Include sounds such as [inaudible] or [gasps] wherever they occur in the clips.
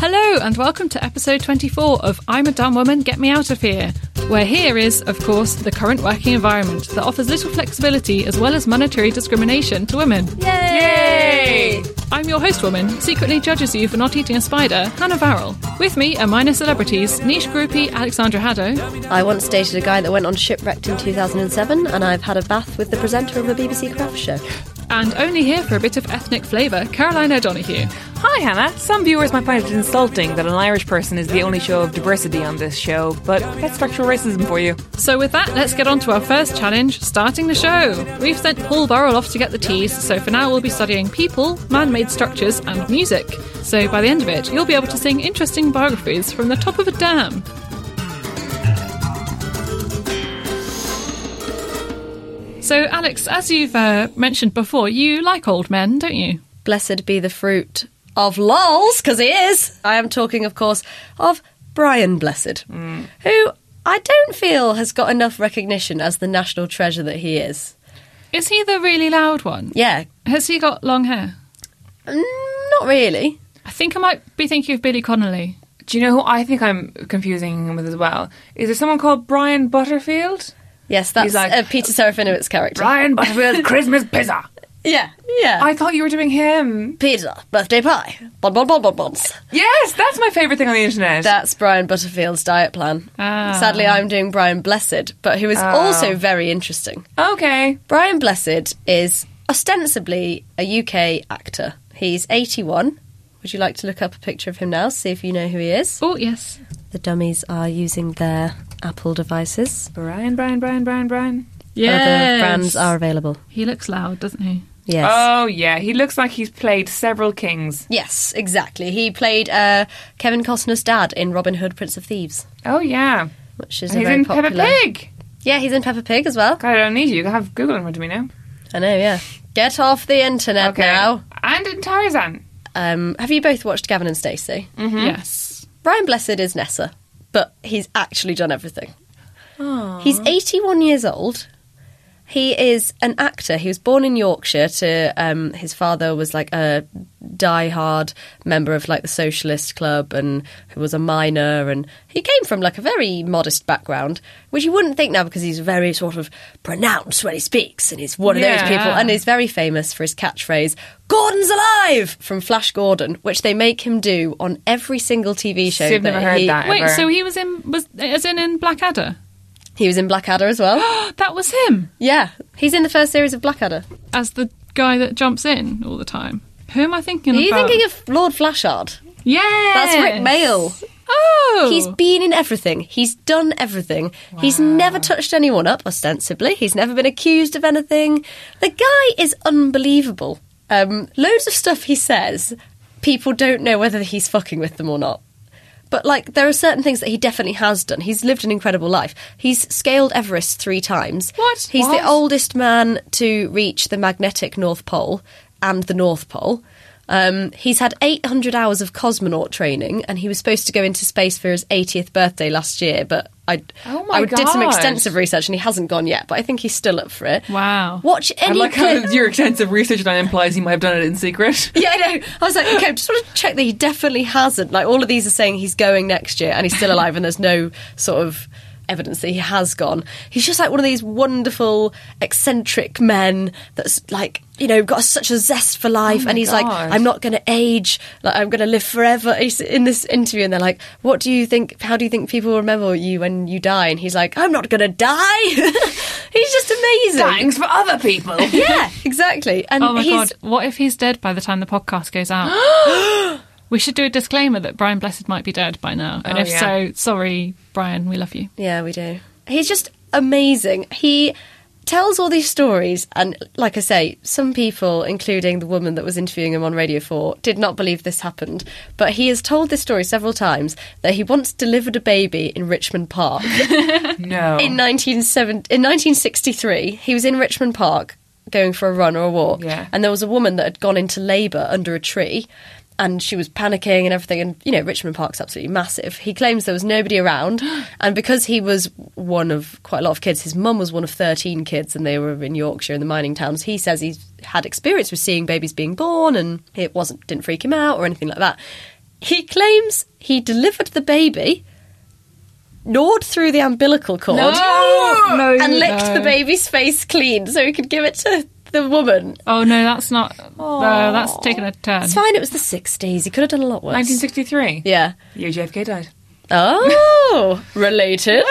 Hello, and welcome to episode 24 of I'm a Dumb Woman, Get Me Out of Here, where here is, of course, the current working environment that offers little flexibility as well as monetary discrimination to women. Yay! I'm your host woman, secretly judges you for not eating a spider, Hannah Varrell. With me are minor celebrities, niche groupie Alexandra Haddo, I once dated a guy that went on shipwrecked in 2007, and I've had a bath with the presenter of a BBC craft show. and only here for a bit of ethnic flavour, Caroline O'Donoghue. Hi, Hannah. Some viewers might find it insulting that an Irish person is the only show of diversity on this show, but that's structural racism for you. So, with that, let's get on to our first challenge, starting the show. We've sent Paul Burrell off to get the teas, so for now we'll be studying people, man made structures, and music. So, by the end of it, you'll be able to sing interesting biographies from the top of a dam. So, Alex, as you've uh, mentioned before, you like old men, don't you? Blessed be the fruit of lols, because he is. I am talking, of course, of Brian Blessed, Mm. who I don't feel has got enough recognition as the national treasure that he is. Is he the really loud one? Yeah, Has he got long hair? mm, not really. I think I might be thinking of Billy Connolly. Do you know who I think I'm confusing him with as well? Is there someone called Brian Butterfield? Yes, that's He's like- uh, Peter Serafinowicz character. Brian Butterfield Christmas pizza. Yeah, yeah. I thought you were doing him. Pizza, birthday pie, bon bon bon bon bons. Yes, that's my favourite thing on the internet. That's Brian Butterfield's diet plan. Ah. Sadly, I'm doing Brian Blessed, but who is Ah. also very interesting. okay. Brian Blessed is ostensibly a UK actor. He's 81. Would you like to look up a picture of him now, see if you know who he is? Oh, yes. The dummies are using their Apple devices. Brian, Brian, Brian, Brian, Brian. Other brands are available. He looks loud, doesn't he? Yes. Oh, yeah. He looks like he's played several kings. Yes, exactly. He played uh, Kevin Costner's dad in Robin Hood, Prince of Thieves, Oh, yeah. which is And a he's very in popular. Peppa Pig. Yeah, he's in Peppa Pig as well. God, I don't need you. You can have Google in front of me now. I know. Yeah. Get off the internet Okay. now. And in Tarzan. Um, have you both watched Gavin and Stacey? Yes. Brian Blessed is Nessa, but he's actually done everything. He's 81 years old. He is an actor. He was born in Yorkshire to um, his father was like a die-hard member of like the Socialist Club and who was a miner and he came from like a very modest background, which you wouldn't think now because he's very sort of pronounced when he speaks and he's one of those Yeah. people and he's very famous for his catchphrase "Gordon's alive" from Flash Gordon, which they make him do on every single TV show. See, I've never heard he, that. Wait, ever. so he was in was as in in Blackadder. He was in Blackadder as well. [gasps] That was him Yeah, he's in the first series of Blackadder. as the guy that jumps in all the time. Who am I thinking Are you about? thinking of Lord Flashard? Yeah, That's Rick Mail. Oh, He's been in everything. He's done everything. He's never touched anyone up, ostensibly. He's never been accused of anything. The guy is unbelievable. Um, loads of stuff he says, people don't know whether he's fucking with them or not. But like, there are certain things that he definitely has done. He's lived an incredible life. He's scaled Everest three times. What? He's What? the oldest man to reach the magnetic North Pole and the North Pole. Um, he's had 800 hours of cosmonaut training, and he was supposed to go into space for his 80th birthday last year. But I, Oh my I did some God. extensive research, and he hasn't gone yet. But I think he's still up for it. Wow. Watch I any like how clip. your extensive research now implies you might have done it in secret. Yeah, I know. I was like, okay, just want to check that he definitely hasn't. Like, all of these are saying he's going next year and he's still alive, and there's no sort of evidence that he has gone. He's just like one of these wonderful, eccentric men that's like you know, got such a zest for life, Oh my and he's like, God. "I'm not going to age. Like, I'm going to live forever." He's in this interview, and they're like, "What do you think? How do you think people will remember you when you die?" And he's like, "I'm not going to die." [laughs] he's just amazing. [laughs] Thanks for other people. Yeah, exactly. And Oh my he's, god, what if he's dead by the time the podcast goes [gasps] out? we should do a disclaimer that Brian Blessed might be dead by now. And Oh, if yeah. so, sorry, Brian, we love you. Yeah, we do. He's just amazing. He tells all these stories, and like I say, some people, including the woman that was interviewing him on Radio 4, did not believe this happened. But he has told this story several times that he once delivered a baby in Richmond Park. [laughs] No. in 1970 in 1963 he was in richmond park going for a run or a walk Yeah. and there was a woman that had gone into labour under a tree and she was panicking and everything and you know richmond park's absolutely massive he claims there was nobody [gasps] around and because he was one of quite a lot of kids his mum was one of 13 kids and they were in yorkshire in the mining towns he says he had experience with seeing babies being born and it wasn't didn't freak him out or anything like that he claims he delivered the baby gnawed through the umbilical cord No, Oh. and licked no. the baby's face clean so he could give it to the woman. Oh no, that's not. No, that's taken a turn. It's fine, it was the 60s. He could have done a lot worse. 1963. yeah. Year JFK died. Oh, [laughs] related.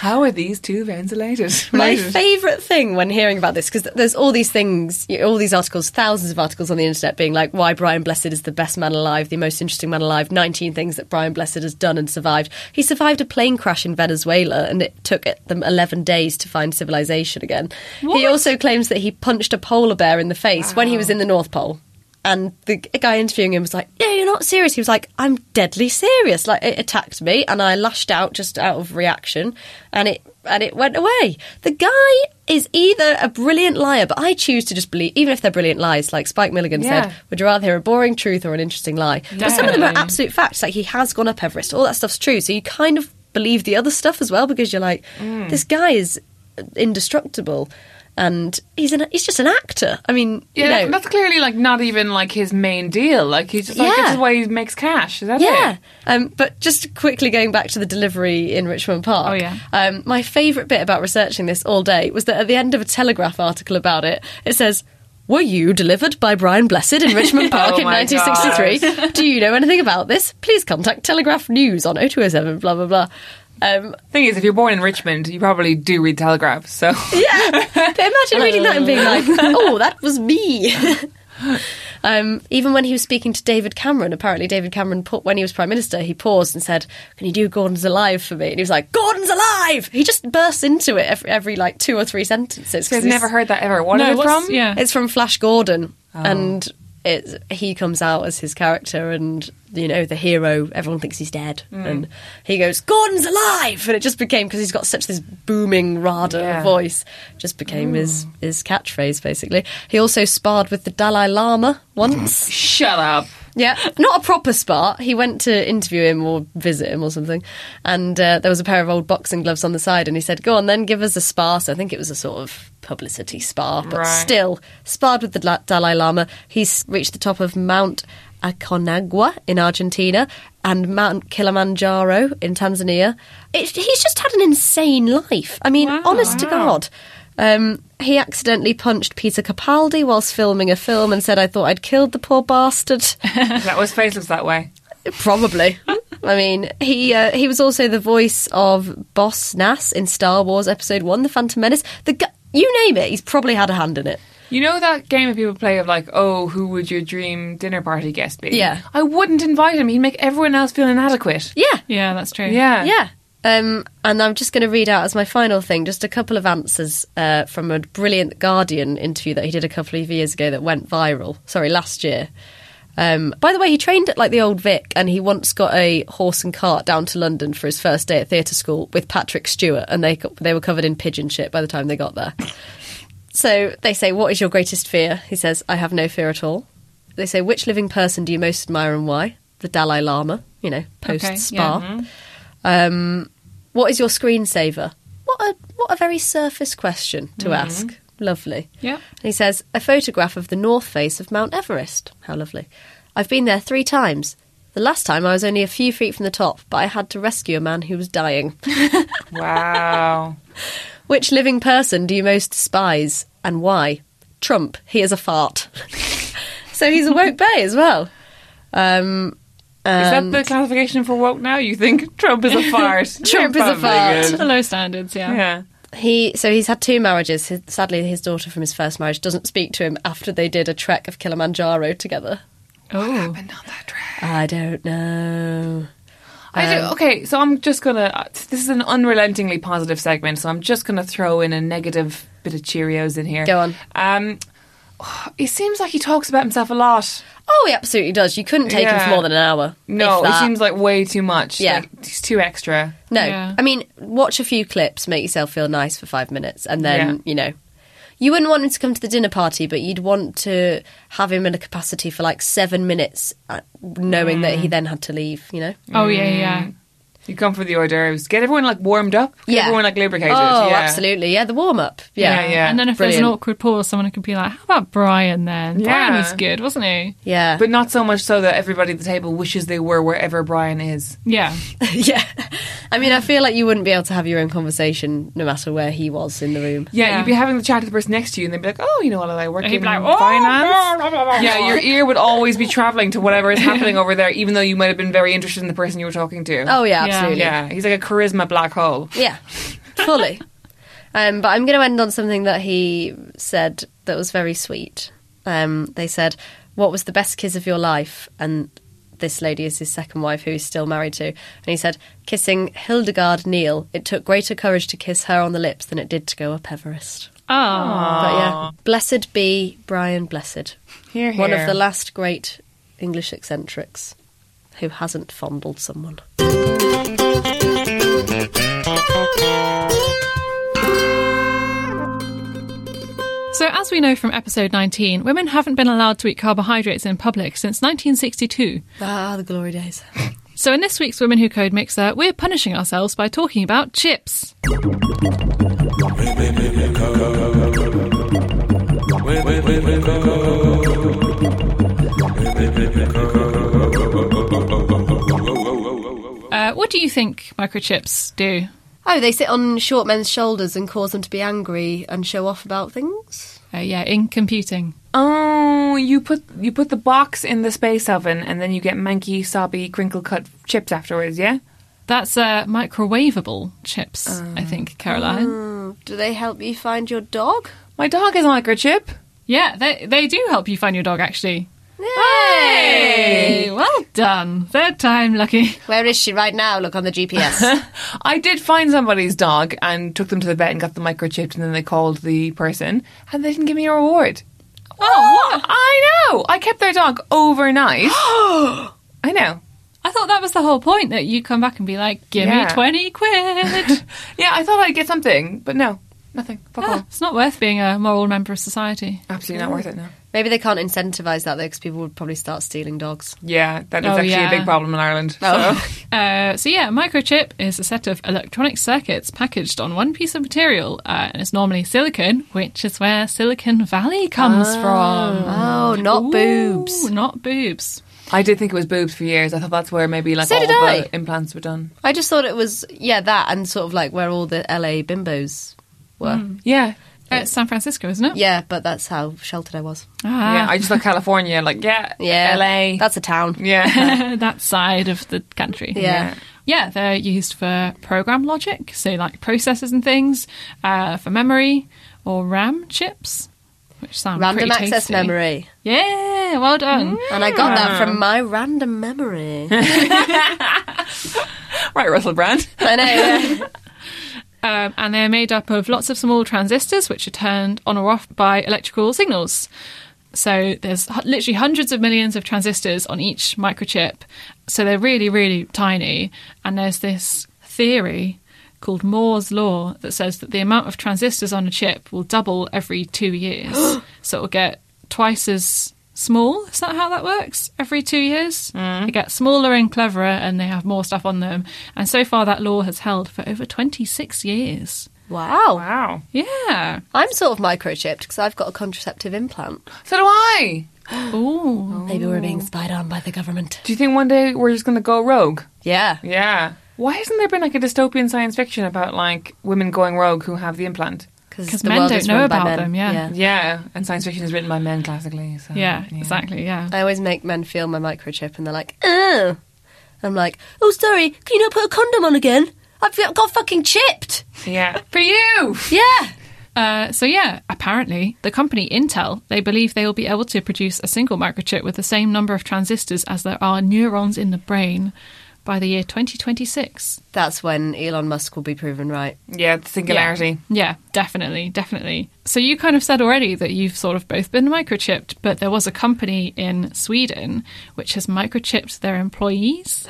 How are these two events related? [laughs] [laughs] My Related. favourite thing when hearing about this, because there's all these things, you know, all these articles, thousands of articles on the internet being like, why Brian Blessed is the best man alive, the most interesting man alive, 19 things that Brian Blessed has done and survived. He survived a plane crash in Venezuela and it took it- them 11 days to find civilization again. He also claims that he punched a polar bear in the face when he was in the North Pole. And the g- guy interviewing him was like, "No, you're not serious." He was like, "I'm deadly serious." Like it attacked me, and I lashed out just out of reaction, and it and it went away. The guy is either a brilliant liar, but I choose to just believe, even if they're brilliant lies. Like Spike Milligan Yeah. said, would you rather hear a boring truth or an interesting lie? But some of them are Definitely. absolute facts. Like he has gone up Everest, all that stuff's true. So you kind of believe the other stuff as well because you're like, Mm. this guy is indestructible. And he's an, he's just an actor. I mean, Yeah, you that- know, that's clearly like not even like his main deal. Like he's just like Yeah. this is why he makes cash. Is that Yeah. it? Um, but just quickly going back to the delivery in Richmond Park. Oh, yeah. Um, my favourite bit about researching this all day was that at the end of a Telegraph article about it, it says, were you delivered by Brian Blessed in Richmond Park Oh in my 1963? Do you know anything about this? Please contact Telegraph News on 0207 blah blah blah. Um, Thing is, if you're born in Richmond, you probably do read Telegraph. [laughs] So yeah, but imagine reading that and being like, [laughs] "Oh, that was me." [laughs] Um, even when he was speaking to David Cameron, apparently David Cameron, put, when he was prime minister, he paused and said, "Can you do Gordon's Alive for me?" And he was like, "Gordon's Alive!" He just bursts into it every, every like two or three sentences. I've never heard that ever. What is No, it what's- from? yeah. It's from Flash Gordon, and it's he comes out as his character, and you know the hero. Everyone thinks he's dead, and he goes, "Gordon's alive!" And it just became because he's got such this booming Rada Yeah. voice, just became his his catchphrase. Basically, he also sparred with the Dalai Lama once. Shut up. Yeah, not a proper spar. He went to interview him or visit him or something, and uh, there was a pair of old boxing gloves on the side, and he said, "Go on, then give us a spar." So I think it was a sort of publicity spar, but Right. still sparred with the La- Dalai Lama. He's reached the top of Mount Aconcagua in Argentina and Mount Kilimanjaro in Tanzania. It, he's just had an insane life. I mean, honest to God. Um, he accidentally punched Peter Capaldi whilst filming a film and said, I thought I'd killed the poor bastard. That was face looks that way. Probably. I mean, he uh, he was also the voice of Boss Nass in Star Wars Episode One, The Phantom Menace. The gu- you name it, he's probably had a hand in it. You know that game that people play of like, oh, who would your dream dinner party guest be? Yeah. I wouldn't invite him. He'd make everyone else feel inadequate. Yeah, yeah, that's true. Yeah. yeah. Um, and I'm just going to read out as my final thing just a couple of answers uh, from a brilliant Guardian interview that he did a couple of years ago that went viral. Sorry, last year. Um, by the way, he trained at like the old Vic, and he once got a horse and cart down to London for his first day at theatre school with Patrick Stewart, and they co- they were covered in pigeon shit by the time they got there. So they say, What is your greatest fear? He says, I have no fear at all. They say, Which living person do you most admire and why? The Dalai Lama, you know, post Okay, spa. um, what is your screensaver? What a, what a very surface question to ask. Lovely. Yeah. And he says, A photograph of the north face of Mount Everest. How lovely. I've been there three times. The last time I was only a few feet from the top, but I had to rescue a man who was dying. Wow. Which living person do you most despise and why? Trump, he is a fart. [laughs] so he's a woke bay as well. Um, Is that the classification for woke now? You think Trump [laughs] is a fart? Trump You're is a probably fart. good. The low standards, yeah. Yeah. he so he's had two marriages. His, sadly, his daughter from his first marriage doesn't speak to him after they did a trek of Kilimanjaro together. Oh, Not that drag. I don't know. I do, okay, so I'm just gonna. uh, This is an unrelentingly positive segment, so I'm just gonna throw in a negative bit of Cheerios in here. Go on. Um, [sighs] it seems like he talks about himself a lot. Oh, he absolutely does. You couldn't take him Yeah. for more than an hour. No, if it that. seems like way too much. Yeah. like, he's too extra. No, Yeah. I mean, watch a few clips, make yourself feel nice for five minutes, and then Yeah. you know, you wouldn't want him to come to the dinner party, but you'd want to have him in a capacity for like seven minutes, uh, knowing that Mm. he then had to leave. You know, oh yeah, yeah. You come for the hors d'oeuvres. Get everyone like warmed up. Get Yeah. everyone like lubricated. oh, yeah. absolutely, yeah, the warm up, yeah, Yeah, yeah. Um, And then if there's an Brilliant. awkward pause, someone could be like, "How about Brian then? Brian Yeah. was good, wasn't he? yeah. But not so much so that everybody at the table wishes they were wherever Brian is. [laughs] Yeah, [laughs] yeah. I mean, I feel like you wouldn't be able to have your own conversation no matter where he was in the room. Yeah, Yeah. you'd be having the chat to the person next to you, and they'd be like, "Oh, you know what? I work he'd in be like, "Oh, finance." yeah, your ear would always be traveling to [laughs] whatever is happening over there, even though you might have been very interested in the person you were talking to. Oh yeah, Yeah. absolutely. yeah, he's like a charisma black hole. Yeah, fully. um, but I'm going to end on something that he said that was very sweet. Um, they said, "What was the best kiss of your life?" And this lady is his second wife, who he's still married to. And he said, "Kissing Hildegard Neal. It took greater courage to kiss her on the lips than it did to go up Everest." oh, But yeah, blessed be Brian Blessed, Here, here. one of the last great English eccentrics who hasn't fondled someone. So, as we know from episode 19, women haven't been allowed to eat carbohydrates in public since 1962. Ah, the glory days. So, in this week's Women Who Code Mixer, we're punishing ourselves by talking about chips. Uh, what do you think microchips do? Oh, they sit on short men's shoulders and cause them to be angry and show off about things. Uh, yeah, in computing. Oh, you put you put the box in the space oven, and then you get manky, sobby, crinkle cut chips afterwards. Yeah, That's uh, microwavable chips, I think, Caroline. Do they help you find your dog? my dog is a microchip. Yeah, they, they do help you find your dog, actually. Hey! Hey, well done. Third time lucky. Where is she right now? Look on [laughs] the GPS. I did find somebody's dog and took them to the vet and got them microchipped, and then they called the person and they didn't give me a reward. Oh, what? I know. I kept their dog [gasps] overnight. I know. I thought that was the whole point that you come back and be like, give Yeah. me 20 [laughs] quid. Yeah, I thought I'd get something, but no, nothing. Fuck Ah, all. it's not worth being a moral member of society. Absolutely not worth it now. Maybe they can't incentivize that though, because people would probably start stealing dogs. Yeah, Oh. that is Oh, actually yeah. a big problem in Ireland. So. Uh, so, yeah, a microchip is a set of electronic circuits packaged on one piece of material, uh, and it's normally silicon, which is where Silicon Valley comes from. Oh, not boobs. Ooh, Not boobs. [laughs] I did think it was boobs for years. I thought that's where maybe like So all did I. the implants were done. I just thought it was yeah that and sort of like where all the LA bimbos were. Yeah. Uh, It's San Francisco, isn't it? Yeah, but that's how sheltered I was. Ah. Yeah, I just thought California, like, yeah, Yeah, LA. That's a town. [laughs] yeah. [laughs] that side of the country. Yeah. Yeah, they're used for program logic, so like processors and things, uh, for memory or RAM chips, which sound Random pretty access tasty. Hmm. memory, Yeah, well done. and I got that from my [laughs] random memory. Right, Russell Brand. I know. [laughs] yeah. Um, and they're made up of lots of small transistors, which are turned on or off by electrical signals. So there's hu- literally hundreds of millions of transistors on each microchip. So they're really, really tiny. And there's this theory called Moore's Law that says that the amount of transistors on a chip will double every two years. so it'll get twice as small. Is that how that works? Every two years? They get smaller and cleverer and they have more stuff on them. And so far, that law has held for over 26 years. Wow. Wow. Yeah. I'm sort of microchipped because I've got a contraceptive implant. So do I. Ooh. Maybe we're being spied on by the government. Do you think one day we're just going to go rogue? Yeah. Yeah. Why hasn't there been like a dystopian science fiction about like women going rogue who have the implant? because Because men don't know about them, yeah. Yeah, and science fiction is written by men classically. So, Yeah, exactly. Yeah. I always make men feel my microchip, and they're like, "Oh," I'm like, "Oh, sorry, can you not put a condom on again? I've got- got fucking chipped." Yeah, for you. Yeah. Uh, so yeah, apparently the company Intel they believe they will be able to produce a single microchip with the same number of transistors as there are neurons in the brain by the year 2026. That's when Elon Musk will be proven right. Yeah, the singularity. Yeah, definitely, definitely. So you kind of said already that you've sort of both been microchipped, but there was a company in Sweden which has microchipped their employees,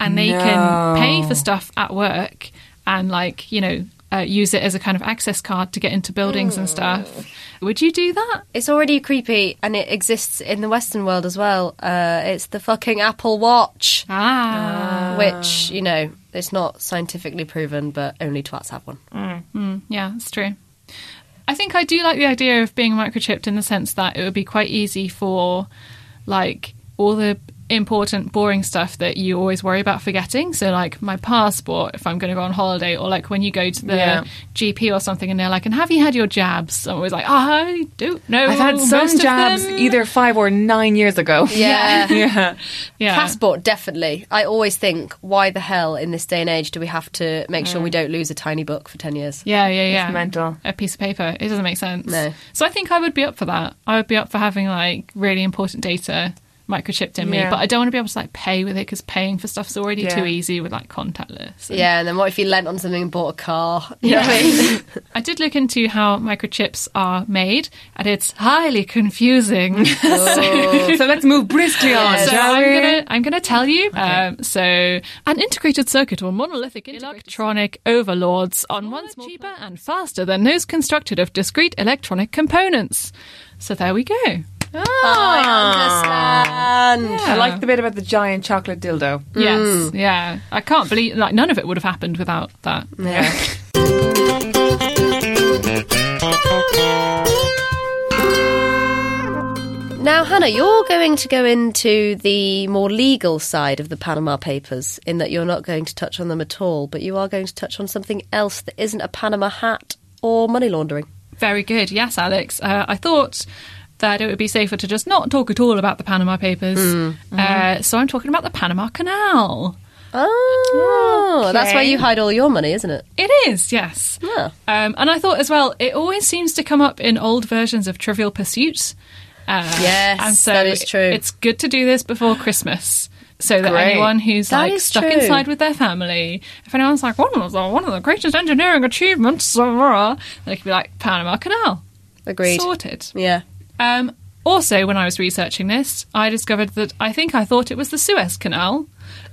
and they can pay for stuff at work and like you know. Uh, use it as a kind of access card to get into buildings and stuff. Would you do that? It's already creepy, and it exists in the Western world as well. Uh, it's the fucking Apple Watch, Ah, which you know it's not scientifically proven, but only twats have one. yeah, it's true. I think I do like the idea of being microchipped in the sense that it would be quite easy for like all the important boring stuff that you always worry about forgetting. So like my passport if I'm going to go on holiday or like when you go to the Yeah. GP or something and they're like, "And have you had your jabs?" I'm always like, "I don't know." I've had most some of jobs them." either five or nine years ago. [laughs] Yeah. yeah. Yeah. Passport, definitely. I always think, why the hell in this day and age do we have to make sure we don't lose a tiny book for 10 years? Mm. Yeah, yeah, yeah. mental. A piece of paper. It doesn't make sense. No. So I think I would be up for that. I would be up for having like really important data microchipped in me, Yeah. but I don't want to be able to like pay with it because paying for stuff's already Yeah. too easy with like contactless. and- Yeah, and then what if you lent on something and bought a car? You know what I mean? I did look into how microchips are made, and it's highly confusing. [laughs] Oh. so let's move briskly on, so shall I'm we? gonna I'm gonna tell you. Um, so an integrated circuit or monolithic electronic overlords on one's cheaper and faster than those constructed of discrete electronic components. So there we go. I understand. I like the bit about the giant chocolate dildo. Yes, yeah. I can't believe like none of it would have happened without that. Yeah. Now, Hannah, you're going to go into the more legal side of the Panama Papers in that you're not going to touch on them at all, but you are going to touch on something else that isn't a Panama hat or money laundering. Very good. Yes, Alex. Uh, I thought that it would be safer to just not talk at all about the Panama Papers. Hmm. Uh, so I'm talking about the Panama Canal. Oh, that's where you hide all your money, isn't it? Ah. It is, yes. Yeah. Um, and I thought as well, it always seems to come up in old versions of Trivial Pursuit. Uh, Yes, and so that is true. It's good to do this before Christmas. So that Great. anyone who's That like is stuck true. inside with their family, if anyone's like one of the one of the greatest engineering achievements, blah, blah, blah," they could be like Panama Canal Agreed. sorted. Yeah. Um, also, when I was researching this, I discovered that I think I thought it was the Suez Canal,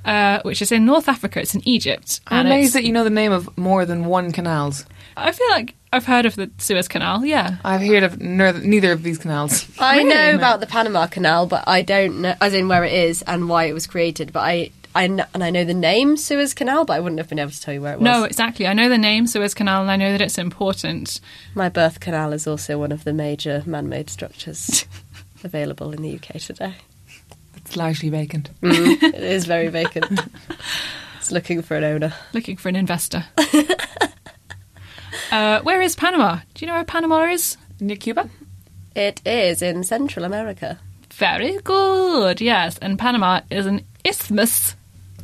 uh, which is in North Africa. It's in Egypt. I'm and it's- amazed that you know the name of more than one canals. I feel like I've heard of the Suez Canal. Yeah, I've heard of ner- neither of these canals. I know about the Panama Canal, but I don't know, as in where it is and why it was created. But I, I kn- and I know the name Suez Canal, but I wouldn't have been able to tell you where it was. no, exactly. I know the name Suez Canal, and I know that it's important. my birth canal is also one of the major man-made structures [laughs] available in the UK today. [laughs] It's largely vacant. It is very vacant. it's looking for an owner. Looking for an investor. uh, where is Panama? Do you know where Panama is? Near Cuba? It is in Central America. Very good. Yes, and Panama is an isthmus.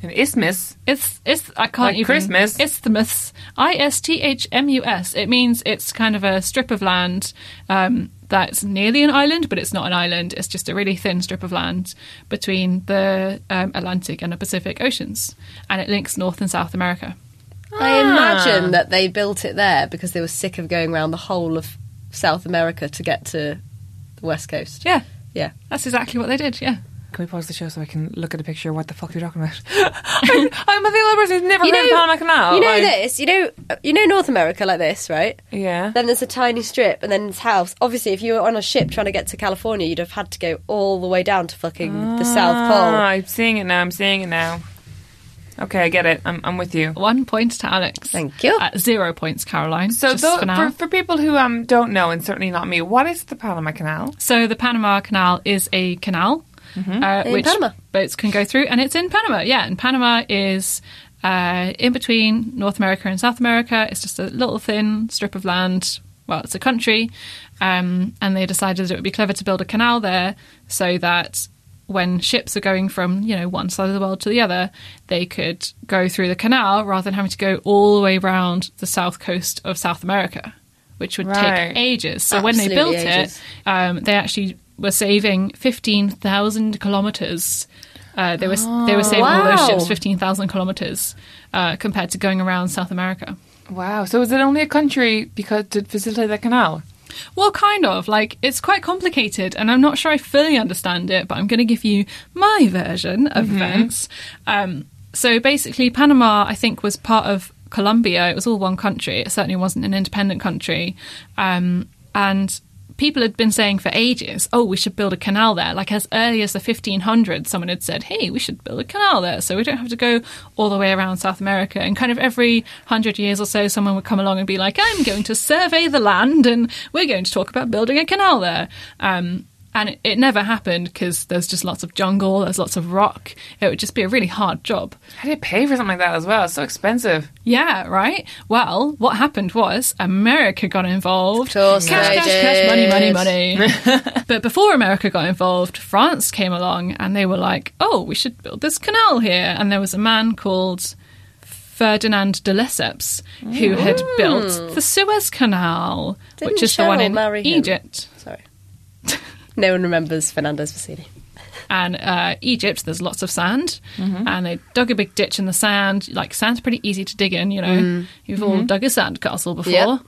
An isthmus. It's it's I can't Like even Christmas. isthmus I S T H M U S. It means it's kind of a strip of land um, that's nearly an island, but it's not an island. It's just a really thin strip of land between the um, Atlantic and the Pacific oceans, and it links North and South America. I imagine that they built it there because they were sick of going around the whole of South America to get to the West Coast. Yeah, Yeah. that's exactly what they did. Yeah, Can we pause the show so I can look at a picture of what the fuck you're talking about? [laughs] I'm, I'm a little person who's never heard of Panama Canal. You know Like, this. You know. You know North America like this, right? Yeah. Then there's a tiny strip, and then it's house. Obviously, if you were on a ship trying to get to California, you'd have had to go all the way down to fucking the South Ah, Pole. I'm seeing it now. I'm seeing it now. Okay, I get it. I'm, I'm with you. one point to Alex. Thank you. At zero points, Caroline. So, just though, for now. for, for people who um, don't know, and certainly not me, what is the Panama Canal? So the Panama Canal is a canal uh, Mm-hmm. In which Panama. boats can go through, and it's in Panama. Yeah, and Panama is Uh, in between North America and South America, it's just a little thin strip of land. Well, it's a country, um, and they decided that it would be clever to build a canal there so that when ships are going from you know one side of the world to the other, they could go through the canal rather than having to go all the way round the south coast of South America, which would Right. take ages. So when they built Absolutely ages. it, um, they actually were saving fifteen thousand kilometers. Uh, they were they were saving all those Wow. ships fifteen thousand kilometers uh, compared to going around South America. Wow. So is it only a country because to facilitate that canal? Well, kind of. Like, it's quite complicated, and I'm not sure I fully understand it, but I'm going to give you my version of Mm-hmm. events. Um, so basically, Panama, I think, was part of Colombia. It was all one country. It certainly wasn't an independent country. Um, and people had been saying for ages, oh, we should build a canal there. Like, as early as the 1500s, someone had said, hey, we should build a canal there so we don't have to go all the way around South America. And kind of every hundred years or so, someone would come along and be like, I'm going to survey the land and we're going to talk about building a canal there. Um, and it, it never happened because there's just lots of jungle, there's lots of rock. It would just be a really hard job. How do you pay for something like that as well? It's so expensive. Yeah, right. Well, what happened was America got involved. Of course cash, they cash, did. cash, money, money, [laughs] money. but before America got involved, France came along and they were like, "Oh, we should build this canal here." And there was a man called Ferdinand de Lesseps who had built the Suez Canal, which Didn't is the one Cheryl in marry him? Egypt. Sorry. no one remembers Fernandez Vasili. and uh, Egypt, there's lots of sand, and they dug a big ditch in the sand. Like sand's pretty easy to dig in, you know. You've all dug a sand castle before, Yep.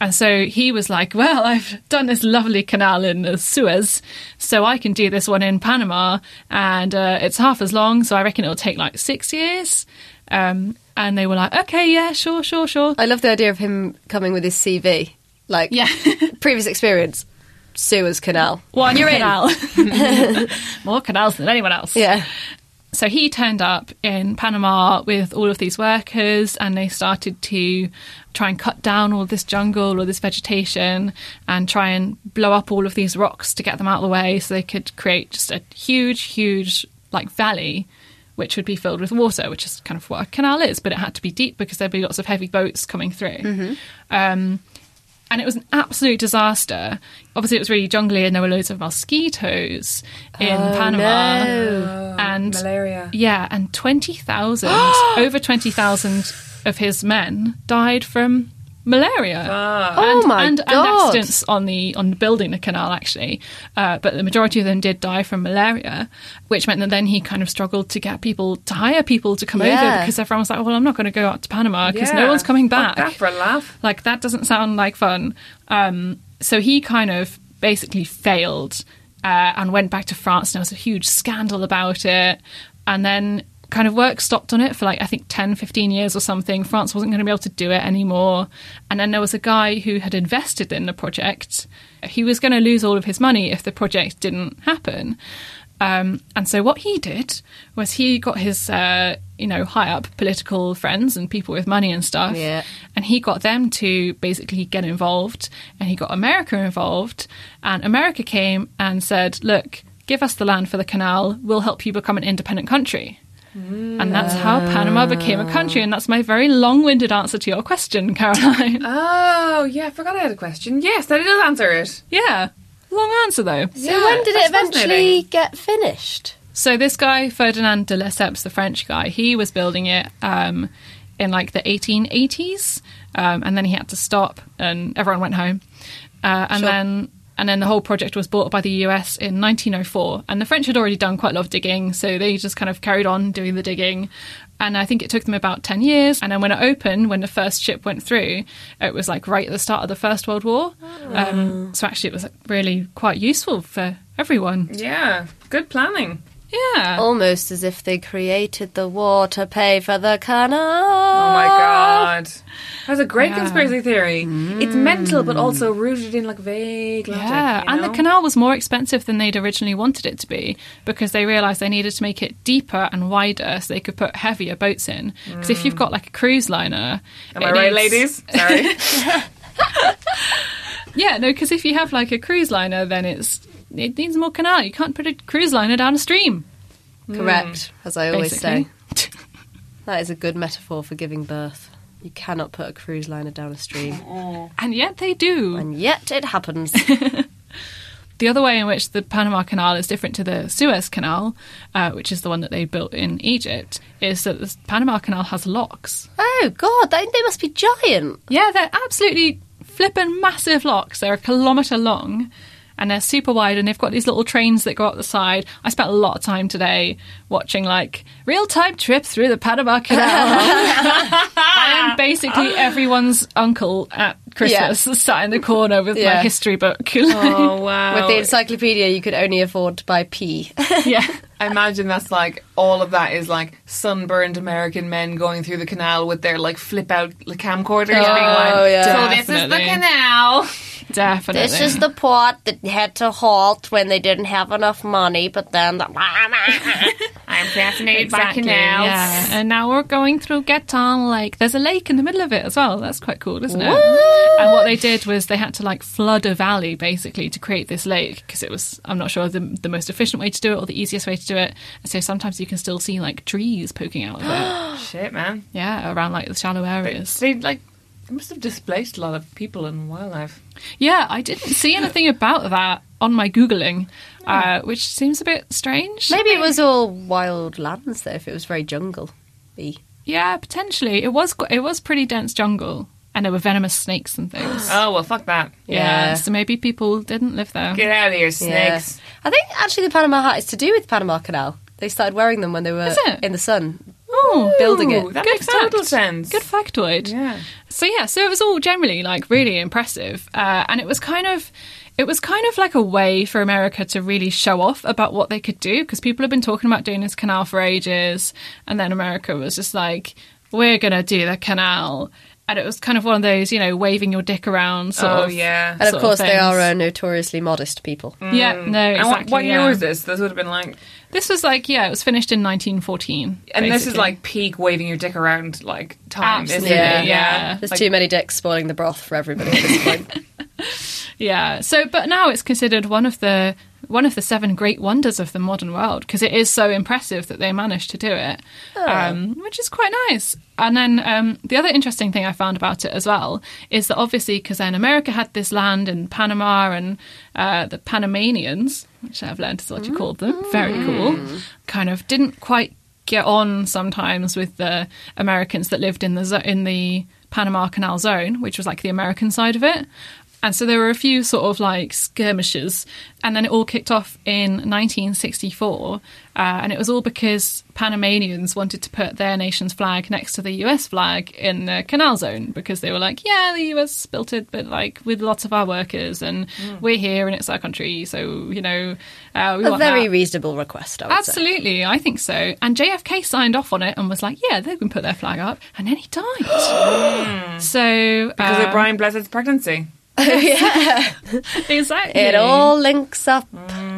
and so he was like, "Well, I've done this lovely canal in the Suez, so I can do this one in Panama, and uh, it's half as long, so I reckon it'll take like six years." Um, and they were like, "Okay, yeah, sure, sure, sure." I love the idea of him coming with his CV. Like, Yeah. [laughs] previous experience, Suez Canal. One canal, [laughs] more canals than anyone else. Yeah. So he turned up in Panama with all of these workers, and they started to try and cut down all this jungle or this vegetation and try and blow up all of these rocks to get them out of the way so they could create just a huge, huge like valley. Which would be filled with water, which is kind of what a canal is, but it had to be deep because there'd be lots of heavy boats coming through. Um, and it was an absolute disaster. Obviously, it was really jungly, and there were loads of mosquitoes in Panama. And Oh, malaria. Yeah, and twenty [gasps] thousand, over twenty thousand of his men died from malaria. And, Oh my and, and God. accidents on the on building the canal actually, uh, but the majority of them did die from malaria, which meant that then he kind of struggled to get people to hire people to come over Yeah. because everyone was like, "Well, I'm not going to go out to Panama because no one's coming back." Fuck that for a laugh. Like that doesn't sound like fun. Um, so he kind of basically failed uh, and went back to France. And there was a huge scandal about it, and then kind of work stopped on it for like I think 10, 15 years or something. France wasn't going to be able to do it anymore. And then there was a guy who had invested in the project. He was going to lose all of his money if the project didn't happen. Um, and so what he did was he got his, uh, you know, high up political friends and people with money and stuff, Yeah. and he got them to basically get involved, and he got America involved, and America came and said, "Look, give us the land for the canal. We'll help you become an independent country." And that's how Panama became a country, and that's my very long-winded answer to your question, Caroline. Oh, yeah, I forgot I had a question. Yes, that does answer it. yeah, long answer though. So when did it that's eventually fascinating. get finished? So this guy Ferdinand de Lesseps, the French guy, he was building it um, in like the 1880s, um, and then he had to stop, and everyone went home, uh, and then and then the whole project was bought by the US in 1904, and the French had already done quite a lot of digging, so they just kind of carried on doing the digging. And I think it took them about 10 years. And then when it opened, when the first ship went through, it was like right at the start of the First World War. Um, so actually, it was like, really quite useful for everyone. Yeah, good planning. Yeah. Almost as if they created the war to pay for the canal. Oh my god. That's a great conspiracy theory. It's mental, but also rooted in like vague logic. Mm. Yeah, you and the know? canal was more expensive than they'd originally wanted it to be because they realised they needed to make it deeper and wider so they could put heavier boats in. Because if you've got like a cruise liner, Hmm. Am I right, ladies? [laughs] Sorry. Yeah, no, because if you have like a cruise liner, then it's it needs more canal. You can't put a cruise liner down a stream. Correct, as I always Mm. basically. say. [laughs] That is a good metaphor for giving birth. You cannot put a cruise liner down a stream. And yet they do. and yet it happens. [laughs] The other way in which the Panama Canal is different to the Suez Canal, uh, which is the one that they built in Egypt, is that the Panama Canal has locks. oh, God, they, they must be giant. Yeah, they're absolutely flippin' massive locks. They're a kilometre long and they're super wide and they've got these little trains that go up the side. I spent a lot of time today watching like real time trip through the Panama Canal. I am basically everyone's uncle at Christmas sat in the corner with my Yeah. history book. [laughs] Oh wow! With the encyclopedia, you could only afford to buy [laughs] pee. yeah. [laughs] I imagine that's like all of that is like sunburned American men going through the canal with their like flip out like, camcorders. Oh, being like, yeah. So this is the Definitely. canal. Definitely. the port that had to halt when they didn't have enough money, but then. I'm fascinated Exactly, by canals. Yeah. And now we're going through Geton Lake. There's a lake in the middle of it as well. That's quite cool, isn't it? And what they did was they had to like flood a valley basically to create this lake because it was I'm not sure the, the most efficient way to do it or the easiest way to do it. And so sometimes you can still see like trees poking out of [gasps] it. [sighs] Shit, man. yeah, around like the shallow areas. They like they must have displaced a lot of people and wildlife. Yeah, I didn't see anything about that on my googling, uh, which seems a bit strange. [laughs] Maybe it was all wild lands, though, if it was very jungle. Yeah, potentially it was. qu- It was pretty dense jungle, and there were venomous snakes and things. Oh well, fuck that. Yeah. Yeah. So maybe people didn't live there. Get out of here, Yeah. snakes. I think actually the Panama hat is to do with the Panama Canal. They started wearing them when they were Is it? in the sun. Oh, building it. That Good makes total fact. sense. Good factoid. Yeah. So yeah, so it was all generally like really impressive, uh, and it was kind of, it was kind of like a way for America to really show off about what they could do because people have been talking about doing this canal for ages, and then America was just like, we're gonna do the canal, and it was kind of one of those you know waving your dick around sort Oh of. yeah. And sort of course, they things. Mm. are uh, notoriously modest people. Yeah, no, exactly. and what, what year yeah. was this? This would have been like, This was like, yeah, it was finished in 1914. and this is basically. like peak waving your dick around like time, Absolutely, isn't yeah. it? Yeah. There's Like, too many dicks spoiling the broth for everybody at this point. Yeah. So, but now it's considered one of the one of the seven great wonders of the modern world because it is so impressive that they managed to do it, um, which is quite nice. And then um, the other interesting thing I found about it as well is that obviously because then America had this land in Panama and uh, the Panamanians, which I've learned is what you called them, very cool, kind of didn't quite get on sometimes with the Americans that lived in the zo- in the Panama Canal zone, which was like the American side of it. And so there were a few sort of like skirmishes, and then it all kicked off in 1964. Uh, and it was all because Panamanians wanted to put their nation's flag next to the US flag in the canal zone because they were like, yeah, the US built it, but like with lots of our workers, and we're here and it's our country, so you know, uh, we Mm. a want very that. reasonable request, I would say. Absolutely, I think so. And JFK signed off on it and was like, "Yeah, they can put their flag up." And then he died. [gasps] so because uh, of Brian Blessed's pregnancy. exactly, It all links up.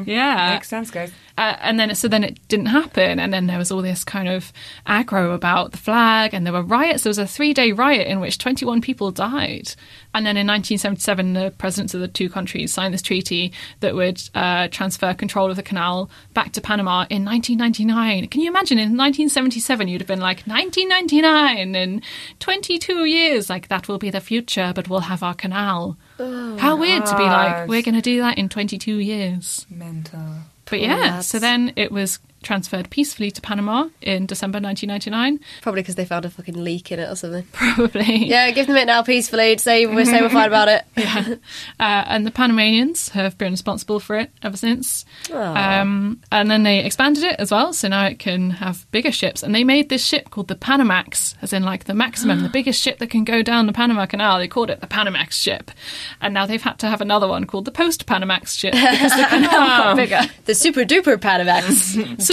yeah. Makes sense, guys. Uh, and then so then it didn't happen, and then there was all this kind of aggro about the flag, and there were riots. There was a three-day riot in which 21 people died. And then in 1977, the presidents of the two countries signed this treaty that would uh, transfer control of the canal back to Panama in 1999. Can you imagine? In 1977, you'd have been like 1999 in 22 years. Like that will be the future, but we'll have our canal. How weird to be like God. we're going to do that in 22 years. Mental. But yeah, so then it was transferred peacefully to Panama in December 1999, Probably because they found a fucking leak in it or something. [laughs] probably. Yeah, give them it now peacefully. Say we're, say we're fine about it. Uh, and the Panamanians have been responsible for it ever since. Oh. Um, and then they expanded it as well, so now it can have bigger ships. And they made this ship called the Panamax, as in like [gasps] the maximum, the biggest ship that can go down the Panama Canal. They called it the Panamax ship. And now they've had to have another one called the Post [laughs] Panamax ship because the canal Oh. got bigger. The super duper Panamax.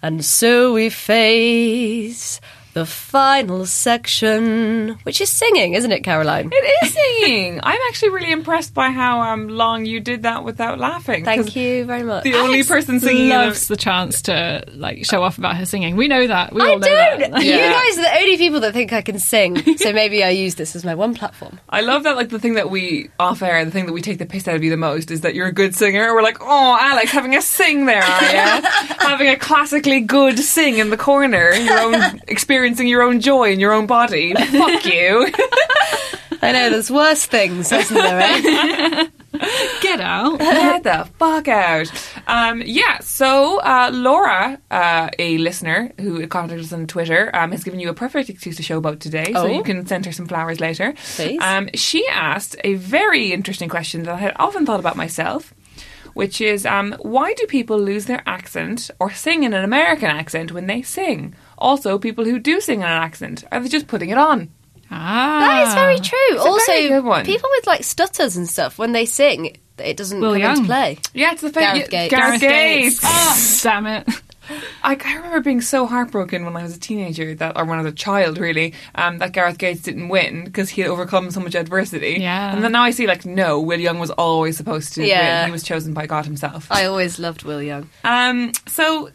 and so we face the final section, which is singing, isn't it, Caroline? It is singing. I'm actually really impressed by how um, long you did that without laughing. 'cause Thank you very much. The only person singing in a- loves the chance to like show off about her singing. We know that. We I all know that. don't. You guys are the only people that think I can sing, so maybe I use this as my one platform. I love that, like, the thing that we, off air, the thing that we take the piss out of you the most is that you're a good singer. We're like, oh, Alex, having a sing there, are you? having a classically good sing in the corner, your own, experiencing your own joy in your own body. Fuck you. I know there's worse things, isn't there? eh? [laughs] Get [laughs] out. Get the fuck out. Um, yeah, so uh, Laura, uh, a listener who contacted us on Twitter, um, has given you a perfect excuse to show about today, so Oh. you can send her some flowers later. Please. Um, she asked a very interesting question that I had often thought about myself, which is um, why do people lose their accent or sing in an American accent when they sing? Also, people who do sing in an accent, are they just putting it on? [laughs] Ah, That is very true. a very good also, one. people with like stutters and stuff when they sing, it doesn't Will come Young. into play. Yeah, it's the Gareth fact. Gates. Gareth Gareth Gates. Ah, damn it. I, I remember being so heartbroken when I was a teenager that, or when I was a child, really, um, that Gareth Gates didn't win because he had overcome so much adversity. Yeah. And then now I see, like, no, Will Young was always supposed to Yeah. win. He was chosen by God himself. I always loved Will Young. um, so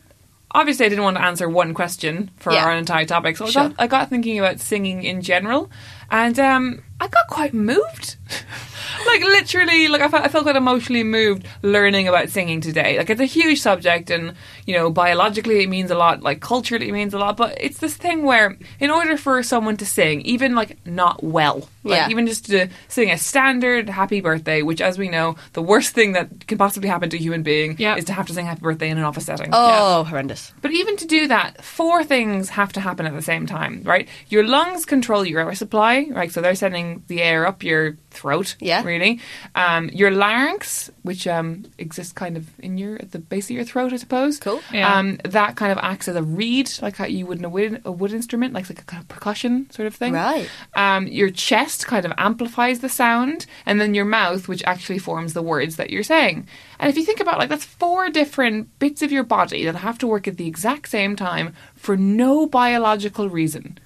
obviously, I didn't want to answer one question for Yeah. our entire topic. So I, Sure. got, I got thinking about singing in general, and um, I got quite moved. [laughs] like literally, like I felt, I felt quite emotionally moved learning about singing today. Like it's a huge subject, and you know, biologically it means a lot. Like culturally it means a lot. But it's this thing where, in order for someone to sing, even like not well, like Yeah. even just to sing a standard "Happy Birthday," which, as we know, the worst thing that can possibly happen to a human being Yeah. is to have to sing "Happy Birthday" in an office setting. Oh, horrendous. But even to do that, four things have to happen at the same time, right? Your lungs control your air supply, right? So they're sending the air up your throat, Yeah. really. Um, your larynx, which um, exists kind of in your at the base of your throat, I suppose. Cool. Yeah. Um, that kind of acts as a reed, like how you would in a wood, a wood instrument, like like a kind of percussion sort of thing. Right. Um, your chest kind of amplifies the sound, and then your mouth, which actually forms the words that you're saying. And if you think about like that's four different bits of your body that have to work at the exact same time for no biological reason.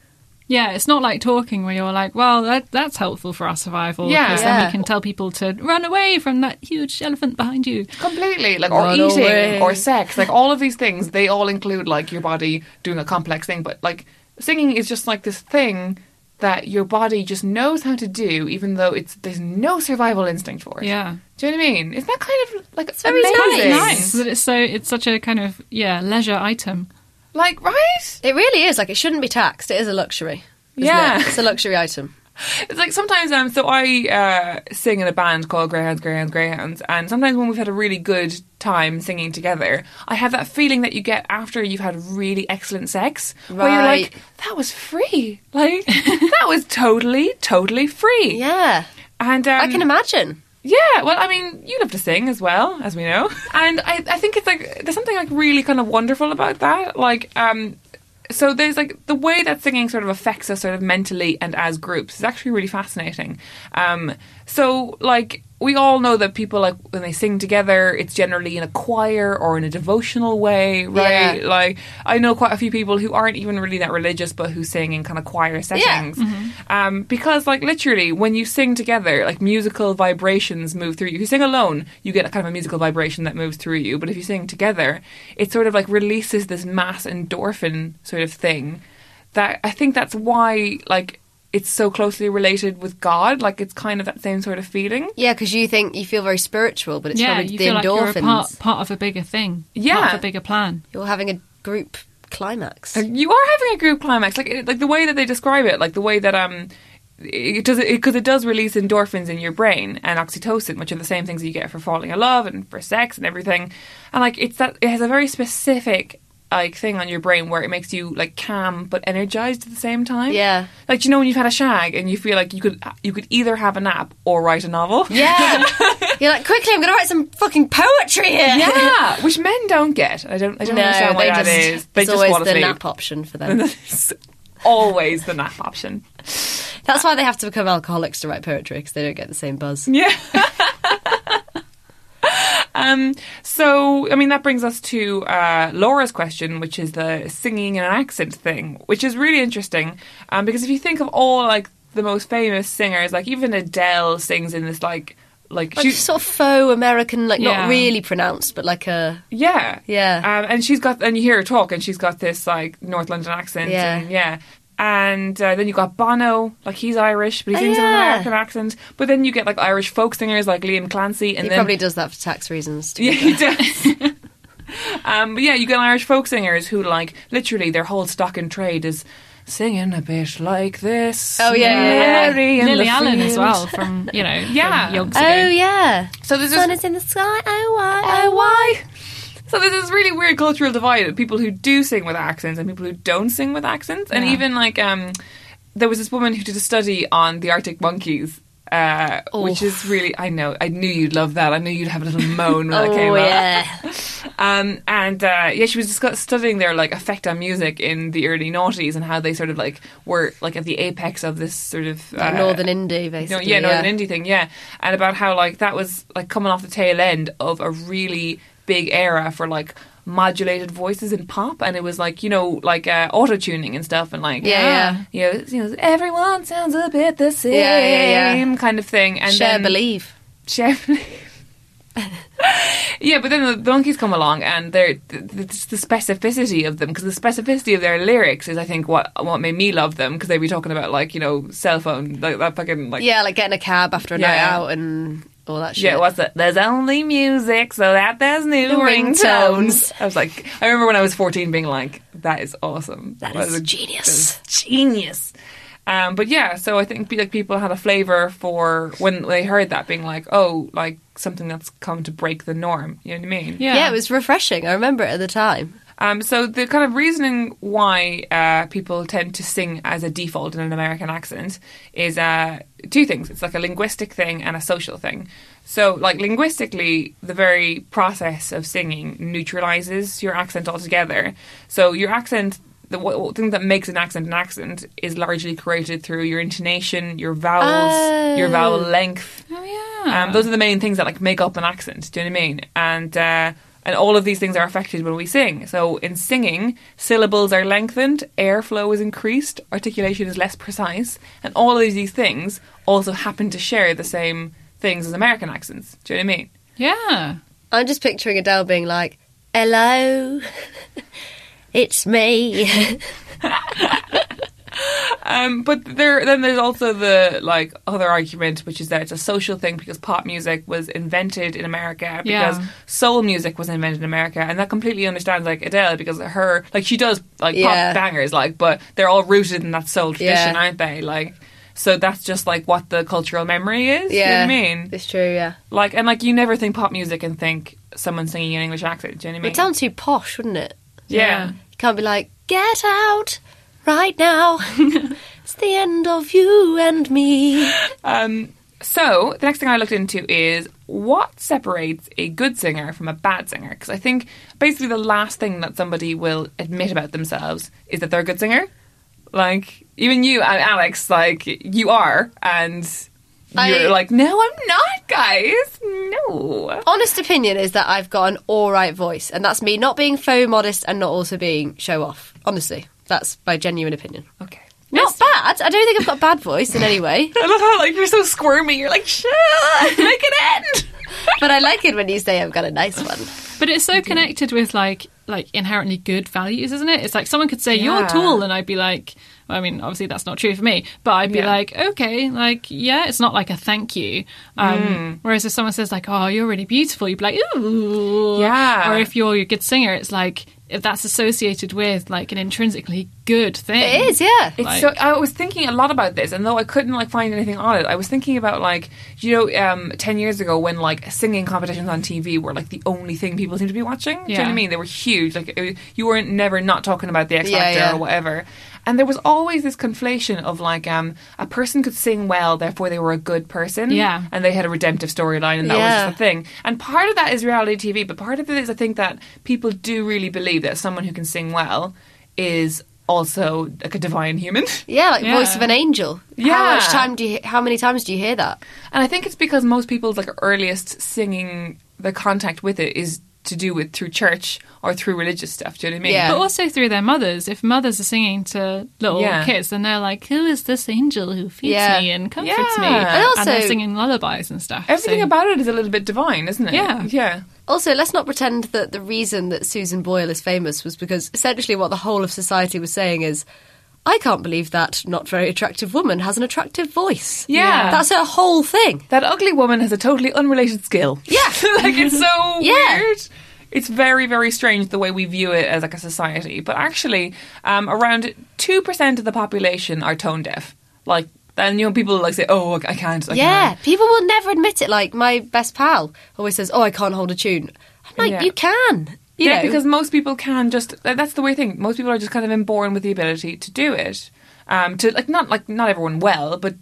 Yeah, it's not like talking where you're like, well, that, that's helpful for our survival. Yeah. Because then Yeah. we can tell people to run away from that huge elephant behind you. Completely, like or Run eating away. or sex, like all of these things, they all include like your body doing a complex thing. But like singing is just like this thing that your body just knows how to do, even though it's there's no survival instinct for it. Yeah. Do you know what I mean? Isn't that kind of like it's very amazing? nice. Nice that it's so it's such a kind of yeah leisure item. Like, right? It really is. Like, it shouldn't be taxed. It is a luxury. isn't Yeah. it? It's a luxury item. It's like sometimes, um, so I uh, sing in a band called Greyhounds, Greyhounds, Greyhounds, and sometimes when we've had a really good time singing together, I have that feeling that you get after you've had really excellent sex, where you're Right. like, that was free. Like, [laughs] that was totally, totally free. Yeah. And um, I can imagine. Yeah, well, I mean, you love to sing as well, as we know. And I, I think it's like, there's something like really kind of wonderful about that. Like, um, so there's like the way that singing sort of affects us sort of mentally and as groups is actually really fascinating. Um, so, like, we all know that people like when they sing together, it's generally in a choir or in a devotional way, right? Yeah. Like I know quite a few people who aren't even really that religious, but who sing in kind of choir settings, um, because like literally when you sing together, like musical vibrations move through you. If you sing alone, you get a kind of a musical vibration that moves through you, but if you sing together, it sort of like releases this mass endorphin sort of thing. That I think that's why like it's so closely related with God. Like it's kind of that same sort of feeling. Yeah, because you think you feel very spiritual, but it's yeah, probably you the feel like endorphins. you're a part, part of a bigger thing. part Yeah. of a bigger plan. You're having a group climax. You are having a group climax, like it- like the way that they describe it, like the way that um. It does because it, does release endorphins in your brain and oxytocin, which are the same things that you get for falling in love and for sex and everything. And like it's that it has a very specific like thing on your brain where it makes you like calm but energized at the same time. Yeah. like you know when you've had a shag and you feel like you could you could either have a nap or write a novel. Yeah. [laughs] You're like, quickly, I'm going to write some fucking poetry here. [laughs] [laughs] Oh yeah, which men don't get. I don't. I don't No, understand why they that just, is. They it's just always want the to sleep. nap option for them. It's always the nap option. That's why they have to become alcoholics to write poetry because they don't get the same buzz. Yeah. um. So, I mean, that brings us to uh, Laura's question, which is the singing in an accent thing, which is really interesting. Um, because if you think of all like the most famous singers, like even Adele sings in this like like Like sort of faux American, like Yeah. not really pronounced, but like a Yeah. Yeah. Um, and she's got, and you hear her talk, and she's got this like North London accent. Yeah. And, yeah. And uh, then you got Bono, like he's Irish, but he Oh, sings in an yeah. American accent. But then you get like Irish folk singers like Liam Clancy, and he then probably does that for tax reasons. To yeah, yeah. he does. [laughs] um, but yeah, you get Irish folk singers who like literally their whole stock in trade is singing a bit like this. Oh, yeah, yeah, yeah. Mary in Lily the Allen as field. well from you know [laughs] Yeah. Uh, from yonks Oh ago. yeah, So there's this sun is in the sky. Oh why? Oh, why? So there's this really weird cultural divide of people who do sing with accents and people who don't sing with accents, and even like um, there was this woman who did a study on the Arctic monkeys. Uh, which is Oh. really, I know, I knew you'd love that. I knew you'd have a little moan when that [laughs] came Oh up. yeah. [laughs] Um, and uh, yeah, she was discuss- studying their like effect on music in the early noughties and how they sort of like were like at the apex of this sort of uh, Like Northern Indy, no, basically. yeah, Northern Indie thing, yeah, and about how like that was like coming off the tail end of a really big era for like modulated voices in pop, and it was like you know like uh, auto tuning and stuff, and like ah, Yeah, you know, you know everyone sounds a bit the same yeah, yeah. kind of thing, and Share then, believe. [laughs] Share believe. Yeah, but then the, the monkeys come along, and they're the, the, just the specificity of them because the specificity of their lyrics is, I think, what what made me love them because they'd be talking about like you know cell phone like that fucking like Yeah, like getting a cab after a night Yeah. out and all that shit. Yeah, what's it? There's only music, so that there's new The ringtones. ringtones. I was like, I remember when I was 14 being like, that is awesome. That That is a- genius. that is genius. Um, but yeah, so I think like people had a flavor for when they heard that, being like, oh, like something that's come to break the norm. You know what I mean? yeah. it was refreshing. I remember it at the time. Um, so the kind of reasoning why uh, people tend to sing as a default in an American accent is uh, two things. It's like a linguistic thing and a social thing. So, like linguistically, the very process of singing neutralizes your accent altogether. So your accent. The w- w- thing that makes an accent an accent is largely created through your intonation, your vowels, your vowel length, um, those are the main things that like make up an accent. Do you know what I mean? And uh, and all of these things are affected when we sing. So in singing, syllables are lengthened, airflow is increased, articulation is less precise, and all of these things also happen to share the same things as American accents. Do you know what I mean? yeah. I'm just picturing Adele being like, "Hello, [laughs] it's me." [laughs] Um, but there, then there's also the like other argument, which is that it's a social thing because pop music was invented in America because Yeah. soul music was invented in America, and that completely understands like Adele because her like she does like Yeah. pop bangers like, but they're all rooted in that soul tradition, Yeah. aren't they? Like, so that's just like what the cultural memory is. yeah, you know what I mean, it's true. Yeah, like and like you never think pop music and think someone singing an English accent. Do you know what I it mean? sounds too posh, wouldn't it? yeah. You can't be like, "Get out right [laughs] now." it's the end of you and me. So the next thing I looked into is what separates a good singer from a bad singer. Because I think basically the last thing that somebody will admit about themselves is that they're a good uh, singer. Like even you and Alex, like you are, and you're like, no, I'm not, guys. No. Honest opinion is that I've got an all right voice, and that's me not being faux modest and not also being show off. Honestly, that's my genuine opinion. Okay. Not bad. I don't think I've got a bad voice in any way. [laughs] I love how [laughs] like you're so squirmy. You're like, shut make it end. but I like it when you say I've got a nice one. But it's so connected with like like inherently good values, isn't it? It's like someone could say Yeah. you're tall, and I'd be like, well, I mean, obviously that's not true for me, but I'd be Yeah. like, okay, like yeah, it's not like a thank you. Um, Mm. Whereas if someone says like, oh, you're really beautiful, you'd be like, ooh, Yeah. Or if you're a good singer, it's like if that's associated with like an intrinsically good thing. It is, yeah. It's Like- so. I was thinking a lot about this, and though I couldn't like find anything on it, I was thinking about like you know, um, ten years ago when like singing competitions on TV were like the only thing people seemed to be watching. Do you know what I Yeah. mean? They were huge. Like it, you weren't never not talking about the X Yeah, Factor yeah. or whatever. And there was always this conflation of like um, a person could sing well, therefore they were a good person. Yeah. and they had a redemptive storyline, and that was Yeah. just the thing. And part of that is reality TV, but part of it is I think that people do really believe that someone who can sing well is also like a divine human. [laughs] Yeah, like Yeah. voice of an angel. Yeah. How much time do you? How many times do you hear that? And I think it's because most people's like earliest singing the contact with it is to do with through church or through religious stuff. Do you know what I mean? Yeah. But also through their mothers. If mothers are singing to little Yeah. kids, then they're like, "Who is this angel who feeds Yeah. me and comforts me?" Yeah. And also- they're singing lullabies and stuff. Everything So- about it is a little bit divine, isn't it? Yeah. Yeah. Also, let's not pretend that the reason that Susan Boyle is famous was because essentially what the whole of society was saying is, I can't believe that not very attractive woman has an attractive voice. Yeah. That's her whole thing. That ugly woman has a totally unrelated skill. Yeah. [laughs] like it's so [laughs] Yeah. weird. It's very, very strange the way we view it as like a society. But actually, um, around two percent of the population are tone deaf. Like, and you know, people like say, "Oh, I can't." I yeah. can't." People will never admit it. Like my best pal always says, Oh, I can't hold a tune. I'm like, Yeah. You can. You yeah, know. because most people can just. that- That's the weird thing. Most people are just kind of inborn with the ability to do it. Um, to like not like not everyone well, but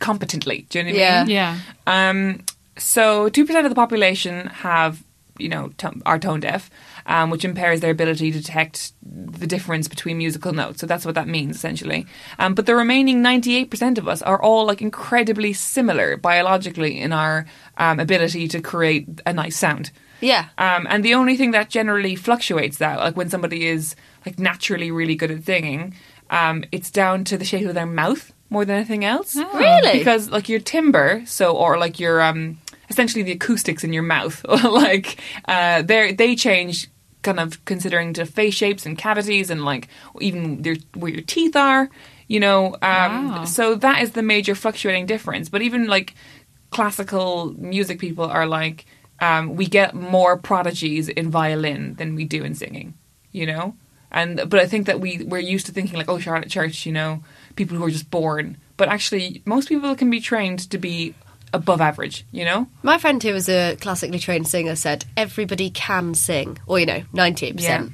competently. Do you know what I Yeah. mean? yeah, Um, so two percent of the population have, you know, to- are tone deaf, um, which impairs their ability to detect the difference between musical notes. So that's what that means essentially. Um, but the remaining ninety-eight percent of us are all like incredibly similar biologically in our um, ability to create a nice sound. Yeah. Um, and the only thing that generally fluctuates that, like when somebody is like naturally really good at singing, um, it's down to the shape of their mouth more than anything else. Oh. Um, Really? Because like your timbre, so or like your um, essentially the acoustics in your mouth, [laughs] like uh, they they change kind of considering to face shapes and cavities and like even your, where your teeth are. You know, um, so that is the major fluctuating difference. But even like classical music people are like, um, we get more prodigies in violin than we do in singing, you know? And but I think that we we're used to thinking like, oh, Charlotte Church, you know, people who are just born. But actually, most people can be trained to be above average, you know? My friend who was a classically trained singer said everybody can sing, or you know, 98% Yeah.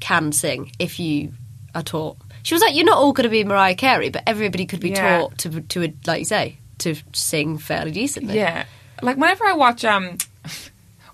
can sing if you are taught. She was like, you're not all going to be Mariah Carey, but everybody could be Yeah. taught to, to like you say, to sing fairly decently. Yeah. Like whenever I watch um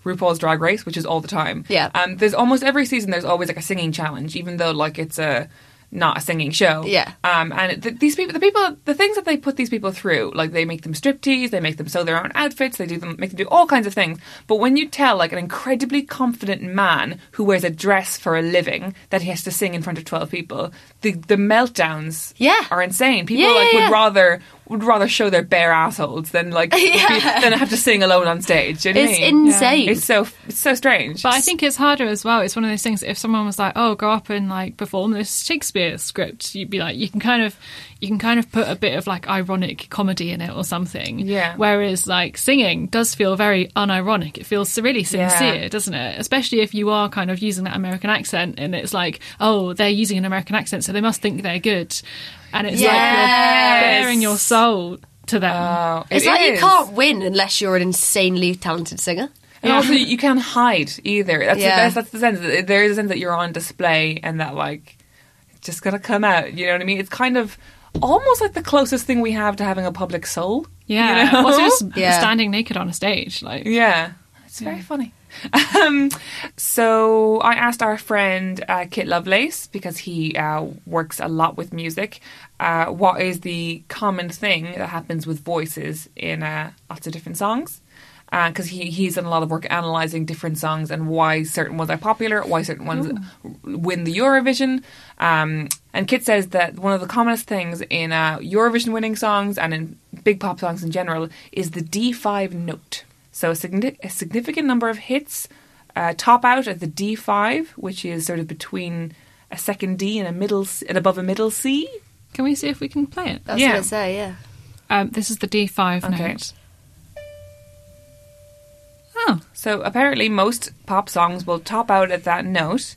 RuPaul's Drag Race, which is all the time. Yeah. Um there's almost every season there's always like a singing challenge even though like it's a not a singing show. Yeah. Um and th- these people the people the things that they put these people through, like they make them striptease, they make them sew their own outfits, they do them make them do all kinds of things. But when you tell like an incredibly confident man who wears a dress for a living that he has to sing in front of 12 people, the the meltdowns Yeah. are insane. People Yeah, like yeah, would yeah. rather would rather show their bare assholes [laughs] than like be, than have to sing alone on stage. Do you know what I It's mean? insane. It's so it's so strange. but I think it's harder as well. It's one of those things. that If someone was like, "Oh, go up and like perform this Shakespeare script," you'd be like, "You can kind of, you can kind of put a bit of like ironic comedy in it or something." Yeah. Whereas like singing does feel very unironic. It feels really sincere, doesn't it? Especially if you are kind of using that American accent, and it's like, "Oh, they're using an American accent, so they must think they're good," and it's like Yes. you're bearing your soul to them. It's It like you is. can't win unless you're an insanely talented singer. And also, you can't hide either. That's, Yeah. that's, that's the sense. that- There is a sense that you're on display and that, like, it's just going to come out. You know what I mean? It's kind of almost like the closest thing we have to having a public soul. yeah. You know? Also, [laughs] just Yeah. standing naked on a stage, like. Yeah. It's very funny. Um, so I asked our friend uh, Kit Lovelace because he uh, works a lot with music, uh, uh, what is the common thing that happens with voices in uh, lots of different songs. Because he, he's done a lot of work analysing different songs and why certain ones are popular, why certain ones win the Eurovision. Um, and Kit says that one of the commonest things in uh, Eurovision winning songs and in big pop songs in general is the D5 note. So a, signi- a significant number of hits uh, top out at the D5, which is sort of between a second D and a middle C, and above a middle C. Can we see if we can play it? That's what Yeah. I say, yeah. Um, this is the D5 Okay. note. Oh. So apparently, most pop songs will top out at that note.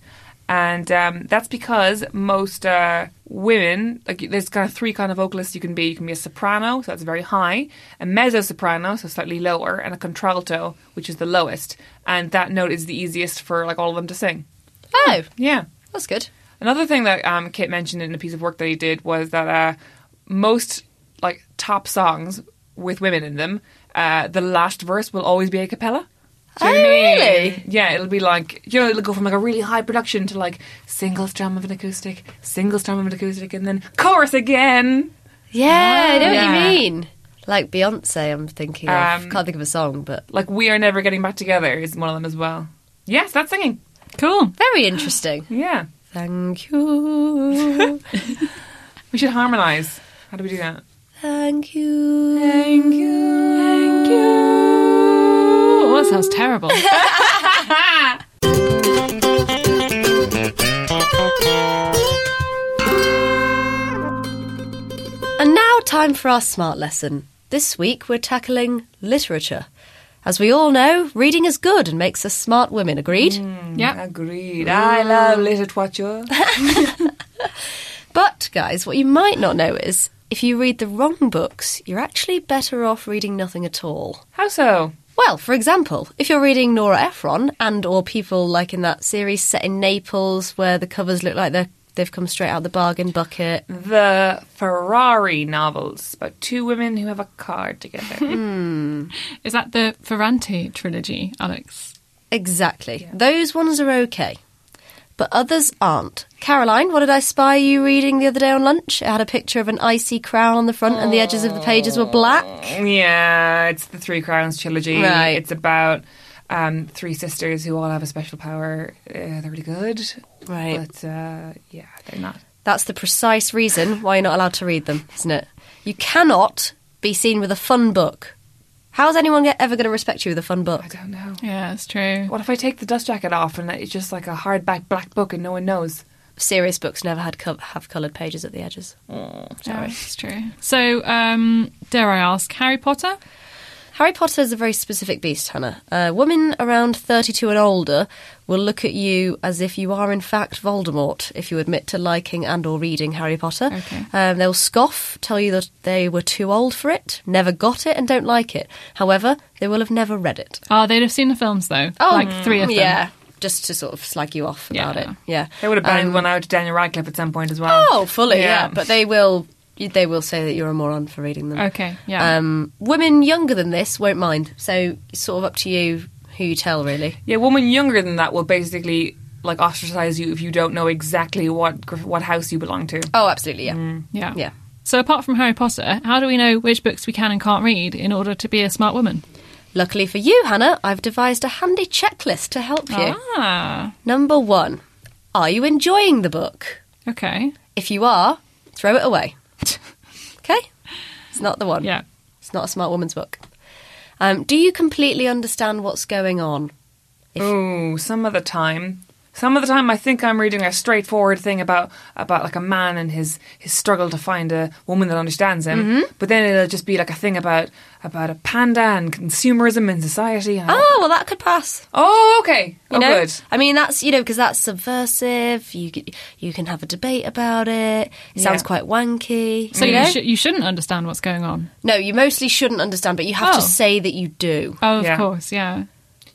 And um, that's because most uh, women, like there's kind of three kind of vocalists you can be. You can be a soprano, so that's very high, a mezzo soprano, so slightly lower, and a contralto, which is the lowest. And that note is the easiest for like all of them to sing. Oh, Yeah. that's good. Another thing that um, Kit mentioned in a piece of work that he did was that uh, most like top songs with women in them, uh, the last verse will always be a cappella. Do you know what I mean? really? Yeah, it'll be like you know it'll go from like a really high production to like single strum of an acoustic, single strum of an acoustic, and then chorus again. Yeah, I know what you Yeah. mean. Like Beyonce, I'm thinking Um, of. Can't think of a song, but Like we are never getting back together is one of them as well. Yes, that's singing. Cool. very interesting. Yeah, Thank you. we should harmonize. How do we do that? Thank you. Thank you. Thank you. Oh, that sounds terrible. And now, time for our smart lesson. This week, we're tackling literature. As we all know, reading is good and makes us smart women, agreed? Mm. yeah. Agreed. I love literature. But, guys, what you might not know is if you read the wrong books, you're actually better off reading nothing at all. How so? Well, for example, if you're reading Nora Ephron and or people like in that series set in Naples where the covers look like they're, they've come straight out the bargain bucket, The Ferrari novels about two women who have a [laughs] car together. Is that the Ferranti trilogy, Alex? exactly. Those ones are okay. But others aren't. Caroline, what did I spy you reading the other day on lunch? It had a picture of an icy crown on the front and the edges of the pages were black. yeah, it's the Three Crowns trilogy. Right. It's about um, three sisters who all have a special power. Uh, they're really good. Right. But uh, yeah, they're not. That's the precise reason why you're not allowed to read them, isn't it? You cannot be seen with a fun book. How's anyone get, ever going to respect you with a fun book? I don't know. Yeah, that's true. What if I take the dust jacket off and it's just like a hardback black book and no one knows? Serious books never had co- have coloured pages at the edges. Yeah, that's true. So, um, dare I ask, Harry Potter? Harry Potter is a very specific beast, Hannah. Uh, women around 32 and older will look at you as if you are in fact Voldemort if you admit to liking and or reading Harry Potter. Okay. Um, they'll scoff, tell you that they were too old for it, never got it and don't like it. However, they will have never read it. Oh, they'd have seen the films though. like three of them. Yeah, just to sort of slag you off about Yeah. it. Yeah, They would have banned Um, one out to Daniel Radcliffe at some point as well. Oh, fully. Yeah. but they will. They will say that you're a moron for reading them. Okay, yeah. Um, women younger than this won't mind. So it's sort of up to you who you tell, really. Yeah, a woman younger than that will basically like ostracize you if you don't know exactly what gr- what house you belong to. Oh, absolutely. Yeah. Yeah. Yeah. So, apart from Harry Potter, how do we know which books we can and can't read in order to be a smart woman? Luckily for you, Hannah, I've devised a handy checklist to help you. Ah, Number one: Are you enjoying the book? okay. If you are, throw it away. [laughs] okay. It's not the one. Yeah. It's not a smart woman's book. Um, do you completely understand what's going on? Ooh, some of the time. Some of the time, I think I'm reading a straightforward thing about about like a man and his his struggle to find a woman that understands him. Mm-hmm. But then it'll just be like a thing about about a panda and consumerism in society. And I'm like, Oh, well, that could pass. oh, okay. You oh, know, good. I mean, that's you know because that's subversive. You c- you can have a debate about it. It sounds Yeah. quite wanky. So you you, know? sh- you shouldn't understand what's going on. no, you mostly shouldn't understand, but you have Oh. to say that you do. Oh, of Yeah. course, yeah.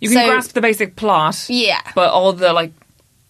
You can so- grasp the basic plot. Yeah. But all the like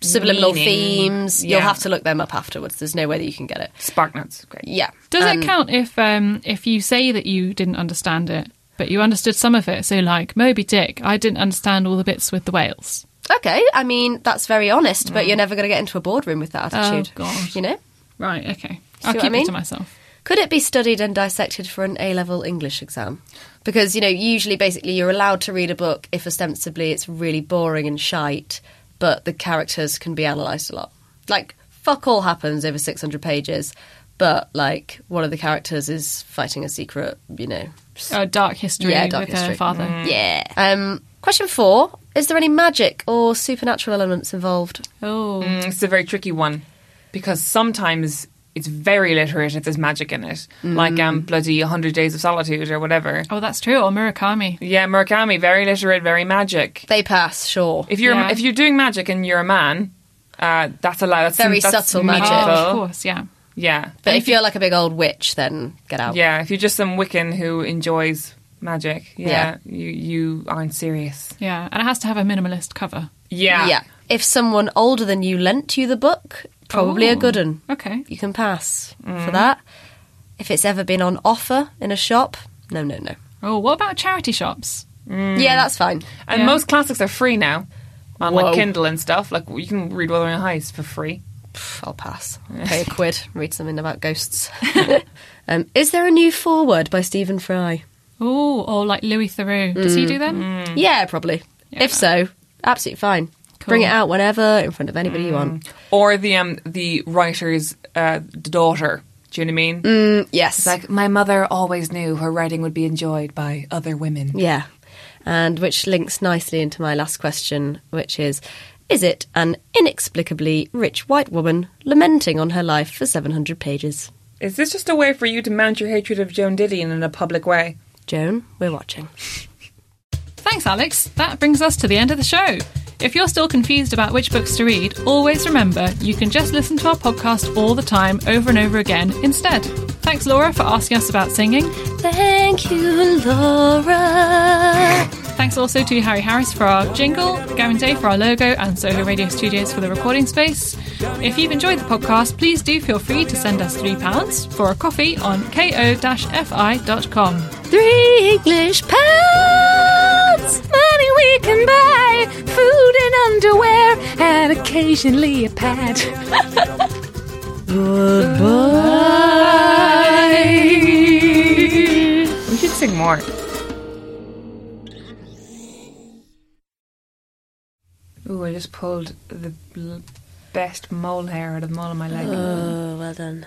Subliminal meaning- themes. You'll Yeah. have to look them up afterwards. There's no way that you can get it. spark notes. Great. Yeah. Does Um, it count if um, if you say that you didn't understand it, but you understood some of it? So, like Moby Dick, I didn't understand all the bits with the whales. Okay. I mean, that's very honest, but you're never going to get into a boardroom with that Oh, attitude. God. You know. Right. Okay. See I'll what keep I mean? it to myself. Could it be studied and dissected for an A level English exam? Because, you know, usually basically you're allowed to read a book if ostensibly it's really boring and shite, but the characters can be analysed a lot. Like, fuck all happens over 600 pages, but, like, one of the characters is fighting a secret, you know. Oh, dark history Yeah, dark with her history. Mm. father. Mm. Yeah. Um, question four Is there any magic or supernatural elements involved? Oh. Mm, it's a very tricky one because sometimes it's very literate if there's magic in it, like um, Mm. bloody 100 Days of Solitude or whatever. Oh, that's true. Or Murakami. Yeah, Murakami, very literate, very magic. They pass, sure. If you're Yeah. if you're doing magic and you're a man, uh, that's allowed. That's Very that's subtle magic. Oh, of meaningful. course, yeah. Yeah, But if you're like a big old witch, then get out. yeah. If you're just some Wiccan who enjoys magic, yeah, you you aren't serious. Yeah. And it has to have a minimalist cover. Yeah, Yeah. If someone older than you lent you the book, probably a Ooh. good one. Okay. You can pass for Mm. that. If it's ever been on offer in a shop, no, no, no. Oh, what about charity shops? Yeah, that's fine. Mm. And Yeah. most classics are free now on Whoa. like Kindle and stuff. Like you can read Wuthering Heights for free. Pff, I'll pass. Pay a quid, read something about [laughs] ghosts. [laughs] um, is there a new foreword by Stephen Fry? Oh, or like Louis Theroux. Does Mm. he do them? Yeah, probably. If so, absolutely fine. Bring it out whenever, in front of anybody you want. or the um the writer's uh, daughter. Do you know what I mean? [laughs] Mm. Yes. Like my mother always knew her writing would be enjoyed by other women. Yeah. And which links nicely into my last question, which is Is it an inexplicably rich white woman lamenting on her life for 700 pages? Is this just a way for you to mount your hatred of Joan Didion in a public way? Joan, we're watching. Thanks, Alex. That brings us to the end of the show. If you're still confused about which books to read, always remember you can just listen to our podcast all the time, over and over again, instead. Thanks, Laura, for asking us about singing. Thank you, Laura. Thanks also to Harry Harris for our jingle, Gavin Day for our logo, and Soho Radio Studios for the recording space. If you've enjoyed the podcast, please do feel free to send us £3 for a coffee on ko-fi.com. Three English pounds. Money we can buy food and underwear and occasionally a pad. We should sing more. Ooh, I just pulled the bl- best mole hair out of the mole of my leg. Oh, well done.